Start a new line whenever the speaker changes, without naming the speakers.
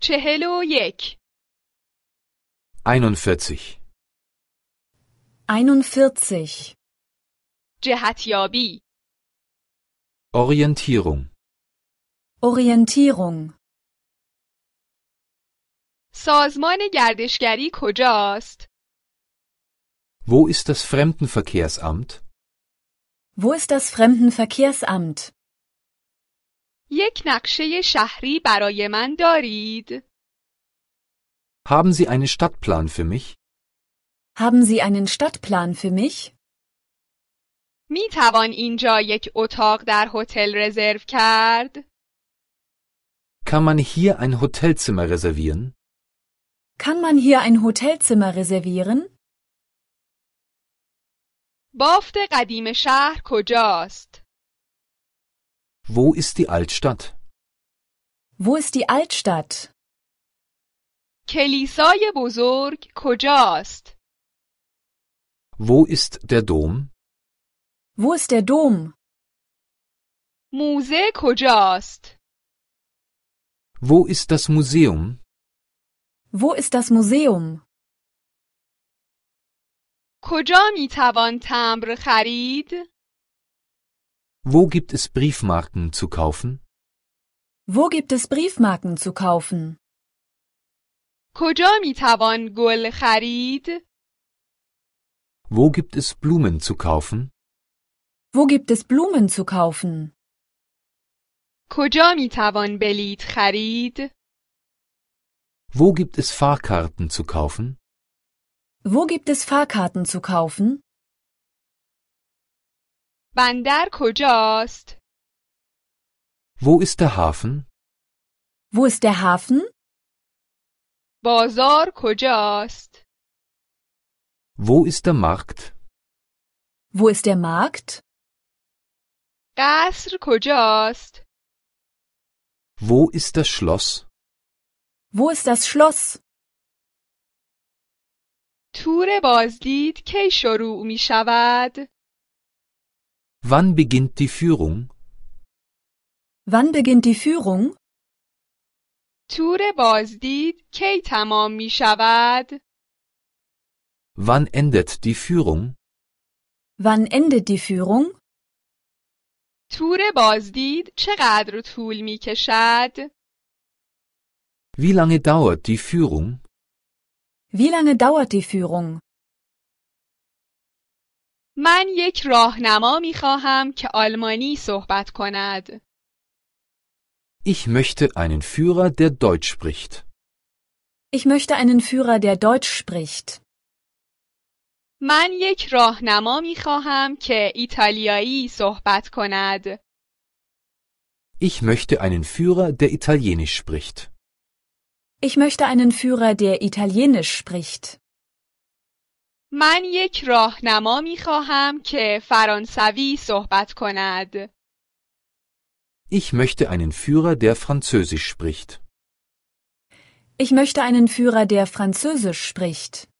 چهل و یک
41.
41.
جهتیابی
Orientierung.
Orientierung.
سازمان گردشگری کجاست؟
Wo ist das Fremdenverkehrsamt?
Wo ist das Fremdenverkehrsamt?
یک نقشه شهری برای من دارید؟
Haben Sie einen Stadtplan für mich?
Haben Sie einen Stadtplan für mich?
می توان اینجا یک اتاق در هتل رزرو کرد؟
Kann man hier ein Hotelzimmer reservieren?
Kann man hier ein Hotelzimmer reservieren?
بافت قدیم شهر کجاست؟
Wo ist die Altstadt?
Wo ist die Altstadt?
کلیسای بزرگ کجاست؟
Wo ist der Dom?
Wo ist der Dom?
موزه کجاست؟
Wo ist das Museum?
Wo ist das Museum?
کجا می توان تمبر خرید؟
Wo gibt es Briefmarken zu kaufen?
Wo gibt es Briefmarken zu kaufen?
کجا می توان گل خرید؟
Wo gibt es Blumen zu kaufen?
Wo gibt es Blumen zu kaufen?
کجا می توان بلیت خرید؟
Wo gibt es Fahrkarten zu kaufen?
Wo gibt es Fahrkarten zu kaufen?
بندر کجاست؟
Wo ist der Hafen?
Wo ist der Hafen?
بازار کجاست؟
Wo ist der Markt?
Wo ist der Markt?
قصر کجاست؟
Wo ist das Schloss?
Wo ist das Schloss?
تور بازدید کی شروع می شود؟
Wann beginnt die Führung?
Wann beginnt die Führung?
تور بازدید کی تمام می شود؟
Wann endet die Führung?
Wann endet die Führung?
تور بازدید چقدر طول می کشد؟
Wie lange dauert die Führung?
Wie lange dauert die Führung?
من یک راهنما می خواهم که آلمانی صحبت کند.
Ich möchte einen Führer, der Deutsch spricht.
Ich möchte einen Führer, der Deutsch spricht.
من یک راهنما می خواهم که ایتالیایی صحبت کند.
Ich möchte einen Führer, der Italienisch spricht.
Ich möchte einen Führer, der Italienisch spricht.
من یک راهنما می خواهم که فرانسوی صحبت کند.
Ich möchte einen Führer, der Französisch spricht.
Ich möchte einen Führer, der Französisch spricht.